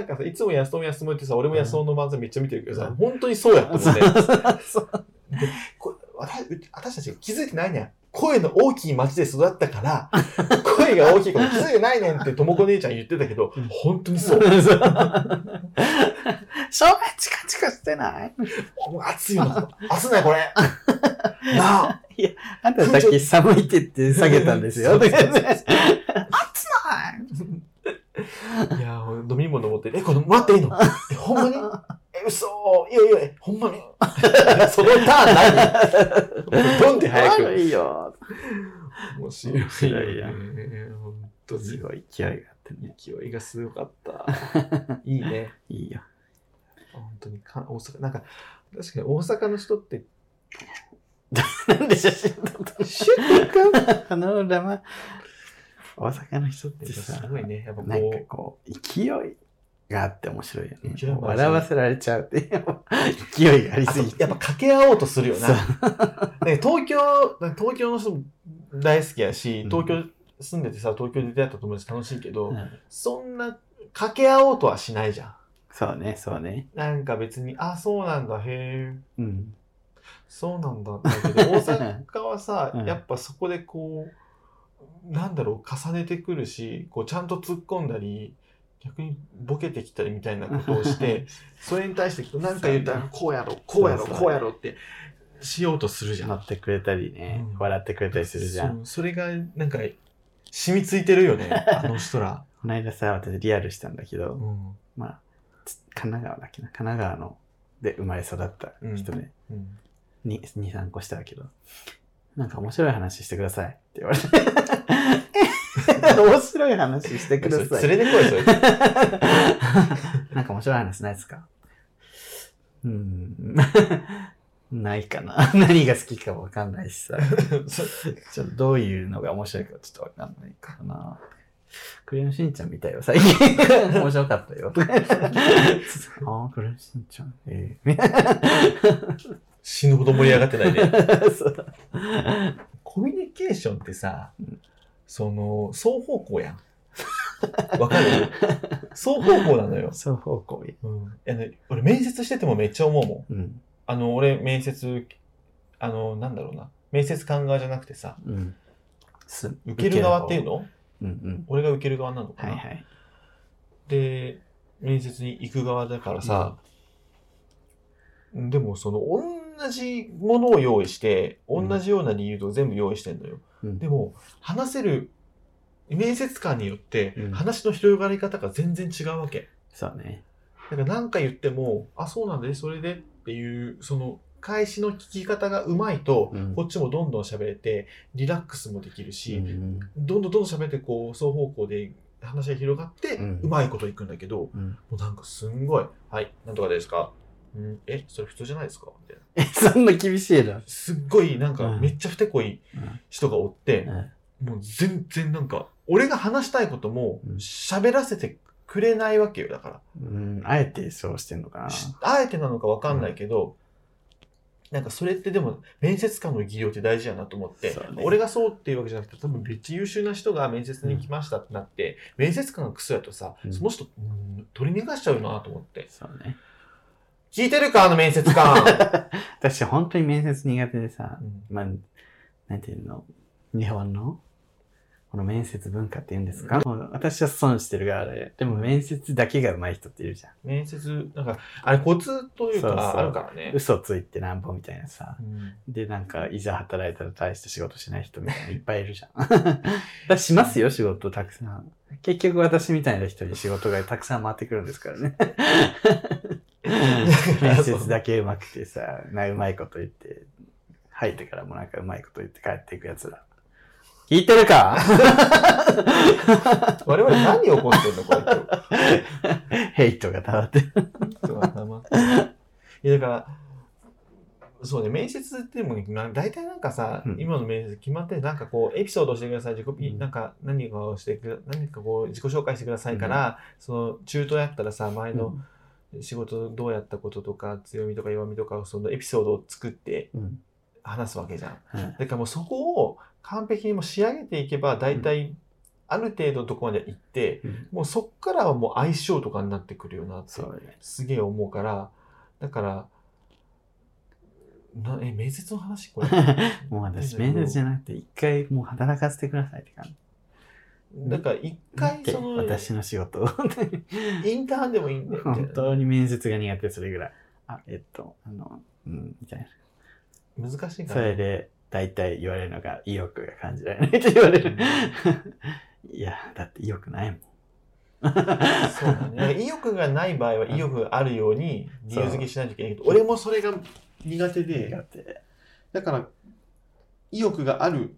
[SPEAKER 2] かさ、いつも安友安友ってさ、俺も安友の漫才めっちゃ見てるけどさ、本当にそうやったもんね。 *laughs* こ私私たち気づいてないねん。声の大きい町で育ったから、 *laughs* 声が大きいこと気づいてないねんってともこ姉ちゃん言ってたけど、本当にそう。
[SPEAKER 1] 照明チカチカしてない
[SPEAKER 2] もう熱いの。熱ないこ *laughs* れ。なあ。
[SPEAKER 1] あんたさっき寒いって言って下げたんですよ。
[SPEAKER 2] そう
[SPEAKER 1] と
[SPEAKER 2] そう
[SPEAKER 1] か
[SPEAKER 2] そう
[SPEAKER 1] ね
[SPEAKER 2] *laughs* いやー、飲み物持って、え、これ待っていいのえ、ほんまにえ、嘘いやいやえ、ほんまにそのターン何どんで早く。
[SPEAKER 1] 悪 *laughs* いよ。
[SPEAKER 2] 面白いよ、ね。
[SPEAKER 1] 白いや
[SPEAKER 2] 本当
[SPEAKER 1] す
[SPEAKER 2] に。
[SPEAKER 1] ごい勢いがあってね。
[SPEAKER 2] 勢いがすごかった。いいね。
[SPEAKER 1] いいよ。
[SPEAKER 2] 本当にか、大阪、なんか、確かに大阪の人って、
[SPEAKER 1] なんで写真撮った
[SPEAKER 2] シュッとか
[SPEAKER 1] のあの裏間、大阪の人っ
[SPEAKER 2] って
[SPEAKER 1] てさ、
[SPEAKER 2] すごいね。やっぱ
[SPEAKER 1] なんか
[SPEAKER 2] こ
[SPEAKER 1] こう、勢いがあって面白いよね
[SPEAKER 2] 勢い。もあるし
[SPEAKER 1] 笑わせられちゃうっていう、勢いがあり
[SPEAKER 2] う、あ
[SPEAKER 1] す
[SPEAKER 2] と
[SPEAKER 1] ぎて。
[SPEAKER 2] やっぱ掛け合おうとするよな
[SPEAKER 1] そう。
[SPEAKER 2] ね、東京、東京の人も大好きやし
[SPEAKER 1] う、ん
[SPEAKER 2] 東京住んでてさ、東京で出会った友達楽しいけど、
[SPEAKER 1] うん
[SPEAKER 2] そんな掛け合おうとはしないじゃん。
[SPEAKER 1] そうね、そうね。
[SPEAKER 2] なんか別に、あ、そうなんだ、へえ、
[SPEAKER 1] うん。
[SPEAKER 2] そうなんだ。だけ
[SPEAKER 1] *laughs*
[SPEAKER 2] ど、大阪はさ
[SPEAKER 1] う、ん
[SPEAKER 2] やっぱそこでこう、なんだろう、重ねてくるし、こうちゃんと突っ込んだり、逆にボケてきたりみたいなこと
[SPEAKER 1] *laughs*
[SPEAKER 2] をして、それに対してなんか言ったら、こうやろ、こうやろ、
[SPEAKER 1] そうそう
[SPEAKER 2] こうやろってしようとするじゃん
[SPEAKER 1] 乗。ってくれたりね、
[SPEAKER 2] うん
[SPEAKER 1] 笑ってくれたりするじゃん。
[SPEAKER 2] そうそれがなんか染みついてるよねあの人ら、
[SPEAKER 1] この間さ、私リアルしたんだけど、
[SPEAKER 2] うん
[SPEAKER 1] まあ、つ神奈川だっけな、神奈川ので生まれ育った人ね、
[SPEAKER 2] うん
[SPEAKER 1] に2、3個したけど、なんか面白い話してくださいって言われ
[SPEAKER 2] *laughs*
[SPEAKER 1] て、面白い話してください。
[SPEAKER 2] 連れてこいそれ
[SPEAKER 1] なんか面白い話ないですかうーん。ないかな。何が好きかもわかんないしさ。 *laughs* ちょっとどういうのが面白いかちょっとわかんないかな。クレヨンしんちゃん見たよ、最
[SPEAKER 2] *laughs*
[SPEAKER 1] 近。面白かったよ。ああ、クレヨンしんちゃん。え
[SPEAKER 2] *laughs*
[SPEAKER 1] え
[SPEAKER 2] 死ぬほど盛り上がってないね
[SPEAKER 1] そう
[SPEAKER 2] コミュニケーションってさ、その双方向やんわかる双方向なのよ、
[SPEAKER 1] 双方向へ。
[SPEAKER 2] うん、あの俺面接しててもめっちゃ思うもん
[SPEAKER 1] うん。
[SPEAKER 2] あの俺面接あのなんだろうな面接官側じゃなくてさ
[SPEAKER 1] うん。す
[SPEAKER 2] 受ける側っていうの
[SPEAKER 1] うんうん。
[SPEAKER 2] 俺が受ける側なのか
[SPEAKER 1] は
[SPEAKER 2] な、
[SPEAKER 1] いはい。
[SPEAKER 2] で面接に行く側だからさ、でもその同じものを用意して
[SPEAKER 1] う
[SPEAKER 2] 同
[SPEAKER 1] ん
[SPEAKER 2] じような理由と全部用意してんの
[SPEAKER 1] う
[SPEAKER 2] よ、
[SPEAKER 1] ん
[SPEAKER 2] でも話せる面接官によって
[SPEAKER 1] うん
[SPEAKER 2] 話の広がり方が全然違うわけ、
[SPEAKER 1] そうね。
[SPEAKER 2] だから何か言っても「あそうなんだねそれで」っていうその返しの聞き方がうまいと、
[SPEAKER 1] うん
[SPEAKER 2] こっちもどんどん喋れてリラックスもできるし、
[SPEAKER 1] うん *laughs*
[SPEAKER 2] どんどんどんどん喋ってこう双方向で話が広がって、う
[SPEAKER 1] うん
[SPEAKER 2] まいこといくんだけど、
[SPEAKER 1] うん、
[SPEAKER 2] もうなんかすんごい、はい、なんとかですかうん、え、それ普通じゃないですかみたいな。
[SPEAKER 1] え、そんな厳しいの、
[SPEAKER 2] すっごい、なんか
[SPEAKER 1] うん
[SPEAKER 2] めっちゃふてこい人がおって、もう全然なんか、俺が話したいことも
[SPEAKER 1] うん
[SPEAKER 2] 喋らせてくれないわけよ、だか。
[SPEAKER 1] うん、あえてそうしてんのからな。
[SPEAKER 2] しあえてなのかわかんないけど、なんかそれってでも面接官の技量って大事やなと思って、
[SPEAKER 1] そうね
[SPEAKER 2] 俺がそうっていうわけじゃなくて多分めっちゃ優秀な人が面接に来ましたってなって、面接官がクソやとさ、
[SPEAKER 1] うん
[SPEAKER 2] その人、うん、取り逃がしちゃうなと思って
[SPEAKER 1] そうね。
[SPEAKER 2] 聞いてるかあの面接官、
[SPEAKER 1] *laughs* 私、本当に面接苦手でさ
[SPEAKER 2] う、ん
[SPEAKER 1] まあ、なんていうの、日本の、この面接文化って言うんですか、もう私は損してる側で、でも面接だけが上手い人っているじゃん。
[SPEAKER 2] 面接なんかあれコツという
[SPEAKER 1] そうそう
[SPEAKER 2] かあるからね
[SPEAKER 1] 嘘ついてなんぼみたいなさ。
[SPEAKER 2] うん
[SPEAKER 1] で、なんか、いざ働いたら大して仕事しない人みたいなのいっぱいいるじゃん。 *laughs* だからしますよ、仕事たくさん。結局私みたいな人に仕事がたくさん回ってくるんですから *laughs* ね。面接だけうまくてさ、なうまいこと言って、入ってからもなんかうまいこと言って帰っていくやつら。聞いてる *laughs* か
[SPEAKER 2] 我々何起こってんのこれ今
[SPEAKER 1] ヘイトが溜まってる。
[SPEAKER 2] 日そう黙っていやだからそうね面接ってもな大体なんかさ、
[SPEAKER 1] うん
[SPEAKER 2] 今の面接決まってなんかこうエピソードをしてください自己、
[SPEAKER 1] うん
[SPEAKER 2] なんか何かをしてく何かこう自己紹介してくださいから、その中途やったらさ前の仕事どうやったこととか強みとか弱みとかをそのエピソードを作って
[SPEAKER 1] うん
[SPEAKER 2] 話すわけじゃん
[SPEAKER 1] うん
[SPEAKER 2] だからもうそこを完璧にもう仕上げていけば大体ある程度のところまで行って、
[SPEAKER 1] うん
[SPEAKER 2] もうそっからはもう相性とかになってくるよなって
[SPEAKER 1] そうね。
[SPEAKER 2] すげえ思うからだからなえ面接の話これ
[SPEAKER 1] *laughs* もう私、面接じゃなくて、一回もう働かせてくださいって感じ。
[SPEAKER 2] だから一回
[SPEAKER 1] で
[SPEAKER 2] その
[SPEAKER 1] 私の仕
[SPEAKER 2] *laughs*
[SPEAKER 1] 事を。
[SPEAKER 2] インターンでもいいんだよみたい
[SPEAKER 1] 本
[SPEAKER 2] な
[SPEAKER 1] 当に面接が苦手、それぐらい。あ、えっと、あの、うん、みたいな。
[SPEAKER 2] 難しいか
[SPEAKER 1] そ
[SPEAKER 2] ら
[SPEAKER 1] れで、大体言われるのが、 *laughs* 意欲が感じられないって言われる。いや、だって意欲ないもん。
[SPEAKER 2] そうだね。だから意欲がない場合は意欲があるように理由付けしないといけないけど、俺もそれが苦手で、
[SPEAKER 1] 苦手。
[SPEAKER 2] だから意欲がある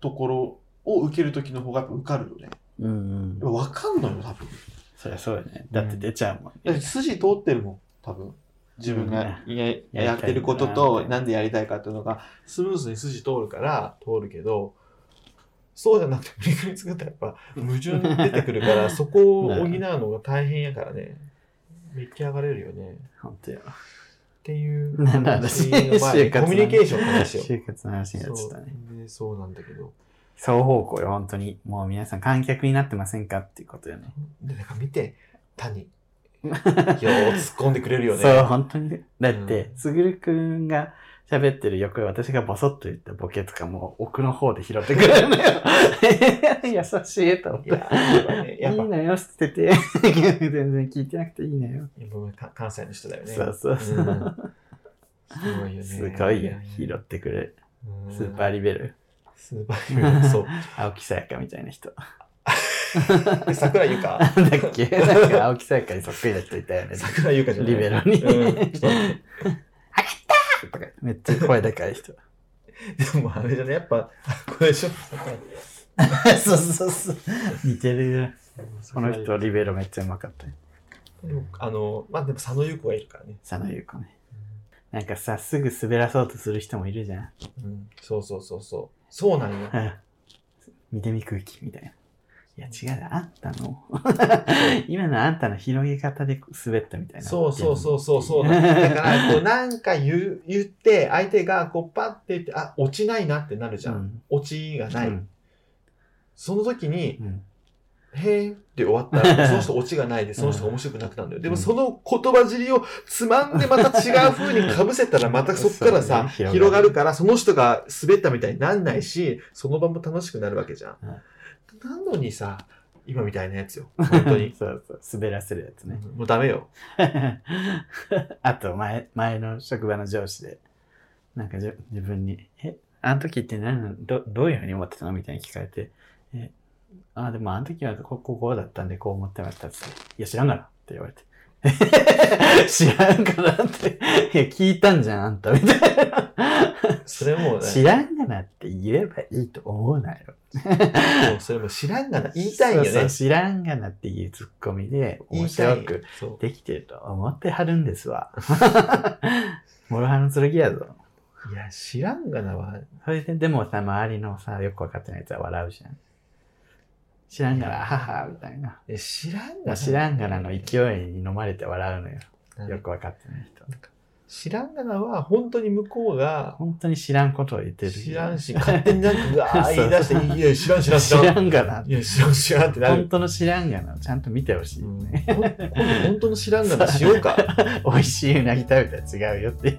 [SPEAKER 2] ところを受けるときの方がやっぱ受かるよね。
[SPEAKER 1] うん、うん。
[SPEAKER 2] わかんのよ、多分。
[SPEAKER 1] そりゃそうよね。だって出ちゃうもんね。
[SPEAKER 2] だって筋通ってるもん、多分。自分がや
[SPEAKER 1] や
[SPEAKER 2] やってること
[SPEAKER 1] やりたい
[SPEAKER 2] と
[SPEAKER 1] な
[SPEAKER 2] なんでやりたいかっていうのがスムーズに筋通るから通るけどそうじゃなくて無理くり作ったらやっぱ矛盾出てくるか
[SPEAKER 1] *laughs*
[SPEAKER 2] らそこを補うのが大変やからねめっき上がれるよね
[SPEAKER 1] 本当よ。
[SPEAKER 2] っていう
[SPEAKER 1] なんだ私、
[SPEAKER 2] の前に
[SPEAKER 1] 就活の
[SPEAKER 2] コミュニケーションの話よ
[SPEAKER 1] 就活の話になっちゃ
[SPEAKER 2] そ
[SPEAKER 1] っ
[SPEAKER 2] う
[SPEAKER 1] たね。
[SPEAKER 2] でそうなんだけど
[SPEAKER 1] 双方向よ、本当に。もう皆さん観客になってませんかっていうことよね。
[SPEAKER 2] でなんか見て谷よう突っ込んでくれるよ
[SPEAKER 1] *laughs*
[SPEAKER 2] ね
[SPEAKER 1] そう、本当に。だって
[SPEAKER 2] う、ん
[SPEAKER 1] すぐるくんが喋ってる横で私がボソッと言ったボケとかも奥の方で拾ってくれ
[SPEAKER 2] *laughs*
[SPEAKER 1] るのよ。優しいと思っ
[SPEAKER 2] い
[SPEAKER 1] て。
[SPEAKER 2] ややっぱねやっ
[SPEAKER 1] い
[SPEAKER 2] ぱ
[SPEAKER 1] いのよ、捨て *laughs* て。全然聞いてなくていいのよ。
[SPEAKER 2] やっぱか関西の人だよね
[SPEAKER 1] そうそうそう。
[SPEAKER 2] すごいよね。
[SPEAKER 1] すごいよ、拾ってくれる。
[SPEAKER 2] うん
[SPEAKER 1] スーパーリベル。
[SPEAKER 2] スーパーリベル。そう。
[SPEAKER 1] 青木さやかみたいな
[SPEAKER 2] *laughs*
[SPEAKER 1] 人。
[SPEAKER 2] で桜井優香。
[SPEAKER 1] なんだっけなんか青木さやかにそっくりな人いたよね。
[SPEAKER 2] *laughs* 桜井優香じゃない。
[SPEAKER 1] リベロに。
[SPEAKER 2] うんちょっと待って
[SPEAKER 1] とかめっちゃ声高い人。
[SPEAKER 2] でもあれじゃね、やっぱ、あこれでしょ。
[SPEAKER 1] *laughs* そうそうそう。似てるよ。この人、
[SPEAKER 2] 桜井
[SPEAKER 1] リベロめっちゃうまかったよ。
[SPEAKER 2] 優香。あの、まあ、でも佐野優子がいるからね。
[SPEAKER 1] 佐野優子ね。なんかさ、すぐ滑らそうとする人もいるじゃん。 *laughs*
[SPEAKER 2] うん。そうそうそうそう。そうなんよ。
[SPEAKER 1] うん見てみ空気みたいな。いや違うよあんたの *laughs* 今のあんたの広げ方で滑ったみたいな。
[SPEAKER 2] そうそうそ
[SPEAKER 1] *laughs*
[SPEAKER 2] うそうそう。
[SPEAKER 1] うん
[SPEAKER 2] だから、こうなんか言う言って、相手がこうパッて言って、あ、落ちないなってなるじゃ。
[SPEAKER 1] うんん。
[SPEAKER 2] 落ちがな
[SPEAKER 1] う
[SPEAKER 2] い。
[SPEAKER 1] ん
[SPEAKER 2] その時に、
[SPEAKER 1] うん
[SPEAKER 2] へーって終わったら、その人オチがないで、その人が面白くなくなるんだよ。でもその言葉尻をつまんでまた違う風に被せたら、またそっからさ、
[SPEAKER 1] そうね
[SPEAKER 2] 広がるから、その人が滑ったみたいになんないし、その場も楽しくなるわけじゃん。なのにさ、今みたいなやつよ。本当に。
[SPEAKER 1] *laughs* そうそう。滑らせるやつね。
[SPEAKER 2] もうダメよ。
[SPEAKER 1] *laughs* あと前、前の職場の上司で、なんかじゅ自分に、え、あの時って何なのどどういうふうに思ってたのみたいに聞かれて、え、あ、でもあの時はこここうだったんでこう思ってましたって言っていや、知らんがなって言われて。 *laughs* 知らんがなって。いや、聞いたんじゃん、あんた、みたいな。
[SPEAKER 2] それも、
[SPEAKER 1] *laughs*
[SPEAKER 2] ね、
[SPEAKER 1] 知らんがなって言えばいいと思うなよ。
[SPEAKER 2] そうそれも知らんがな。言いたいよね。
[SPEAKER 1] そうそう知らんがなっていうツッコミで、
[SPEAKER 2] 言
[SPEAKER 1] 面
[SPEAKER 2] いた
[SPEAKER 1] 白
[SPEAKER 2] い
[SPEAKER 1] く。
[SPEAKER 2] そう。
[SPEAKER 1] できてると思ってはるんですわ。 *laughs* 諸刃の剣やぞ。
[SPEAKER 2] いや、知らんがなは、
[SPEAKER 1] それで、でもさ、周りのさ、よくわかってないやつは笑うじゃん。知らんがな、はは、みたいな。
[SPEAKER 2] え知らんが
[SPEAKER 1] も
[SPEAKER 2] な。
[SPEAKER 1] う知らんがなの勢いに飲まれて笑うのよ。よくわかってない人。
[SPEAKER 2] 知らんがなは、本当に向こうが、
[SPEAKER 1] 本当に知らんことを言ってる。
[SPEAKER 2] 知らんし、勝手になんか、うわー
[SPEAKER 1] そ
[SPEAKER 2] 言
[SPEAKER 1] う
[SPEAKER 2] い出して、いや、知らん、知らん、知
[SPEAKER 1] 知
[SPEAKER 2] らん。
[SPEAKER 1] らんがな。
[SPEAKER 2] いや、知らん、知らんってな
[SPEAKER 1] 本
[SPEAKER 2] る。
[SPEAKER 1] 当の知らんがなをちゃんと見てほしいよね。
[SPEAKER 2] ほん今度本当の知らんがなしようか。
[SPEAKER 1] 美味しいうなぎ食べたら違うよって。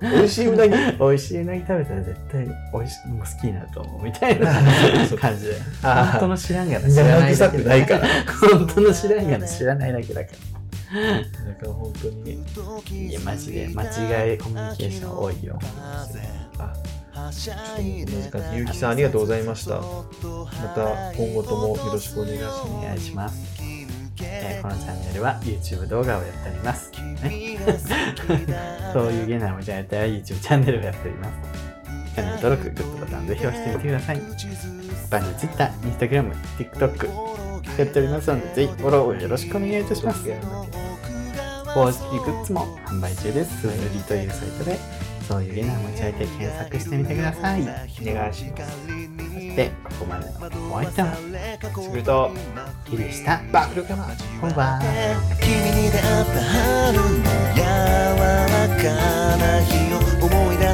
[SPEAKER 2] 美味しいうなぎ。
[SPEAKER 1] 美味しいうなぎ食べたら絶対美味しいもう好きになると思うみたいな
[SPEAKER 2] そう
[SPEAKER 1] 感じで
[SPEAKER 2] あー
[SPEAKER 1] 本当の知らんがな知らないだけ
[SPEAKER 2] 生臭くないから
[SPEAKER 1] 本当の知らんがな知らないだけだか
[SPEAKER 2] だから本当に、
[SPEAKER 1] らい
[SPEAKER 3] い
[SPEAKER 1] や
[SPEAKER 3] や
[SPEAKER 1] マ
[SPEAKER 3] マ
[SPEAKER 1] ジ
[SPEAKER 3] ジ
[SPEAKER 1] で
[SPEAKER 3] で
[SPEAKER 1] 間
[SPEAKER 3] 間
[SPEAKER 1] 違
[SPEAKER 3] 違
[SPEAKER 1] い
[SPEAKER 3] い
[SPEAKER 1] コ
[SPEAKER 3] コ
[SPEAKER 1] ミ
[SPEAKER 3] ミ
[SPEAKER 1] ュニ
[SPEAKER 3] ュニ
[SPEAKER 1] ケ
[SPEAKER 3] ケ
[SPEAKER 1] ー
[SPEAKER 3] ー
[SPEAKER 1] シ
[SPEAKER 3] シ
[SPEAKER 1] ョ
[SPEAKER 3] ョ
[SPEAKER 1] ン
[SPEAKER 3] ン
[SPEAKER 1] 多
[SPEAKER 3] 多
[SPEAKER 1] い
[SPEAKER 3] い
[SPEAKER 1] よ
[SPEAKER 3] よ。
[SPEAKER 2] あ、
[SPEAKER 3] 難し
[SPEAKER 2] 難しい。
[SPEAKER 3] い。
[SPEAKER 2] ゆ
[SPEAKER 3] ゆ
[SPEAKER 2] う
[SPEAKER 3] う
[SPEAKER 2] き
[SPEAKER 3] き
[SPEAKER 2] さ
[SPEAKER 3] さ
[SPEAKER 2] ん
[SPEAKER 3] ん
[SPEAKER 2] あ
[SPEAKER 3] あ
[SPEAKER 2] り
[SPEAKER 3] り
[SPEAKER 2] が
[SPEAKER 3] が
[SPEAKER 2] と
[SPEAKER 3] と
[SPEAKER 2] うござ
[SPEAKER 3] うござ
[SPEAKER 2] い
[SPEAKER 3] い
[SPEAKER 2] ま
[SPEAKER 3] ま
[SPEAKER 2] し
[SPEAKER 3] したた。
[SPEAKER 2] ま
[SPEAKER 3] ま
[SPEAKER 2] た今
[SPEAKER 3] た今
[SPEAKER 2] 後
[SPEAKER 3] 後
[SPEAKER 2] と
[SPEAKER 3] と
[SPEAKER 2] もよ
[SPEAKER 3] もよ
[SPEAKER 2] ろ
[SPEAKER 3] ろ
[SPEAKER 2] し
[SPEAKER 3] し
[SPEAKER 2] く
[SPEAKER 3] く
[SPEAKER 2] お
[SPEAKER 3] お
[SPEAKER 2] 願
[SPEAKER 3] 願
[SPEAKER 2] い
[SPEAKER 3] い
[SPEAKER 2] し
[SPEAKER 3] し
[SPEAKER 2] ます
[SPEAKER 3] ます。
[SPEAKER 1] えーこの
[SPEAKER 3] この
[SPEAKER 1] チャ
[SPEAKER 3] チャン
[SPEAKER 1] ン
[SPEAKER 3] ネ
[SPEAKER 1] ネ
[SPEAKER 3] ル
[SPEAKER 1] ル
[SPEAKER 3] は
[SPEAKER 1] は YouTube 動画をやっております *laughs*
[SPEAKER 3] そ
[SPEAKER 1] そううい
[SPEAKER 3] いう
[SPEAKER 1] う
[SPEAKER 3] ゲ
[SPEAKER 1] ゲナムじゃなたら YouTube チャンネルをやっておりますチ
[SPEAKER 3] チ
[SPEAKER 1] ャ
[SPEAKER 3] ャ
[SPEAKER 1] ン
[SPEAKER 3] ンネ
[SPEAKER 1] ネル登
[SPEAKER 3] ル登
[SPEAKER 1] 録
[SPEAKER 3] 録、
[SPEAKER 1] グッド
[SPEAKER 3] グッド
[SPEAKER 1] ボ
[SPEAKER 3] ボ
[SPEAKER 1] タ
[SPEAKER 3] タ
[SPEAKER 1] ン
[SPEAKER 3] ン
[SPEAKER 1] ぜ
[SPEAKER 3] ぜ
[SPEAKER 1] ひ
[SPEAKER 3] ひ
[SPEAKER 1] 押
[SPEAKER 3] 押
[SPEAKER 1] し
[SPEAKER 3] してて
[SPEAKER 1] み
[SPEAKER 3] み
[SPEAKER 1] て
[SPEAKER 3] て
[SPEAKER 1] く
[SPEAKER 3] く
[SPEAKER 1] だ
[SPEAKER 3] だ
[SPEAKER 1] さ
[SPEAKER 3] さ
[SPEAKER 1] いバニー Twitter、Instagram、TikTok や
[SPEAKER 3] い。バニー Twitter、TikTok、や
[SPEAKER 1] っ
[SPEAKER 3] ってて
[SPEAKER 1] お
[SPEAKER 3] お
[SPEAKER 1] り
[SPEAKER 3] り
[SPEAKER 1] ま
[SPEAKER 3] ま
[SPEAKER 1] のでぜひフォ
[SPEAKER 3] すすので、ぜひフォ
[SPEAKER 1] ロー
[SPEAKER 3] ロー
[SPEAKER 1] をよ
[SPEAKER 3] をよ
[SPEAKER 1] ろ
[SPEAKER 3] ろ
[SPEAKER 1] し
[SPEAKER 3] し
[SPEAKER 1] く
[SPEAKER 3] く
[SPEAKER 1] お
[SPEAKER 3] お
[SPEAKER 1] 願
[SPEAKER 3] 願
[SPEAKER 1] いい
[SPEAKER 3] いい
[SPEAKER 1] た
[SPEAKER 3] た
[SPEAKER 1] し
[SPEAKER 3] し
[SPEAKER 1] ま
[SPEAKER 3] ますす。
[SPEAKER 1] 公
[SPEAKER 3] 公
[SPEAKER 1] 式
[SPEAKER 3] 式
[SPEAKER 1] グ
[SPEAKER 3] グ
[SPEAKER 1] ッ
[SPEAKER 3] ッ
[SPEAKER 1] ズ
[SPEAKER 3] ズ
[SPEAKER 1] も
[SPEAKER 3] も
[SPEAKER 1] 販売
[SPEAKER 3] 販売
[SPEAKER 1] 中で
[SPEAKER 3] 中ですす。
[SPEAKER 1] そう
[SPEAKER 3] そう
[SPEAKER 1] い
[SPEAKER 3] いうう
[SPEAKER 1] リ
[SPEAKER 3] リ
[SPEAKER 1] トユ
[SPEAKER 3] トユ
[SPEAKER 1] ーサイ
[SPEAKER 3] ーサイ
[SPEAKER 1] ト
[SPEAKER 3] ト
[SPEAKER 1] で
[SPEAKER 3] で、
[SPEAKER 1] そういう
[SPEAKER 3] ゲ
[SPEAKER 1] ゲ
[SPEAKER 3] ナ
[SPEAKER 1] ナ
[SPEAKER 3] ム
[SPEAKER 1] ムを
[SPEAKER 3] を
[SPEAKER 1] 持
[SPEAKER 3] 持ち
[SPEAKER 1] ち
[SPEAKER 3] 上
[SPEAKER 1] 上げて
[SPEAKER 3] げて検
[SPEAKER 1] 検
[SPEAKER 3] 索
[SPEAKER 1] 索
[SPEAKER 3] し
[SPEAKER 1] してて
[SPEAKER 3] み
[SPEAKER 1] み
[SPEAKER 3] て
[SPEAKER 1] てく
[SPEAKER 3] くだ
[SPEAKER 1] だ
[SPEAKER 3] さ
[SPEAKER 1] さ
[SPEAKER 3] い。
[SPEAKER 1] い
[SPEAKER 3] お願いします。そして、ここまでお相手は、
[SPEAKER 2] つくると
[SPEAKER 3] キ
[SPEAKER 1] キ
[SPEAKER 3] リ
[SPEAKER 1] リ
[SPEAKER 3] で
[SPEAKER 1] で
[SPEAKER 3] し
[SPEAKER 1] したた。
[SPEAKER 2] バックルカマー
[SPEAKER 1] こんばんは
[SPEAKER 3] 君に出会った春の柔らかな日を思い出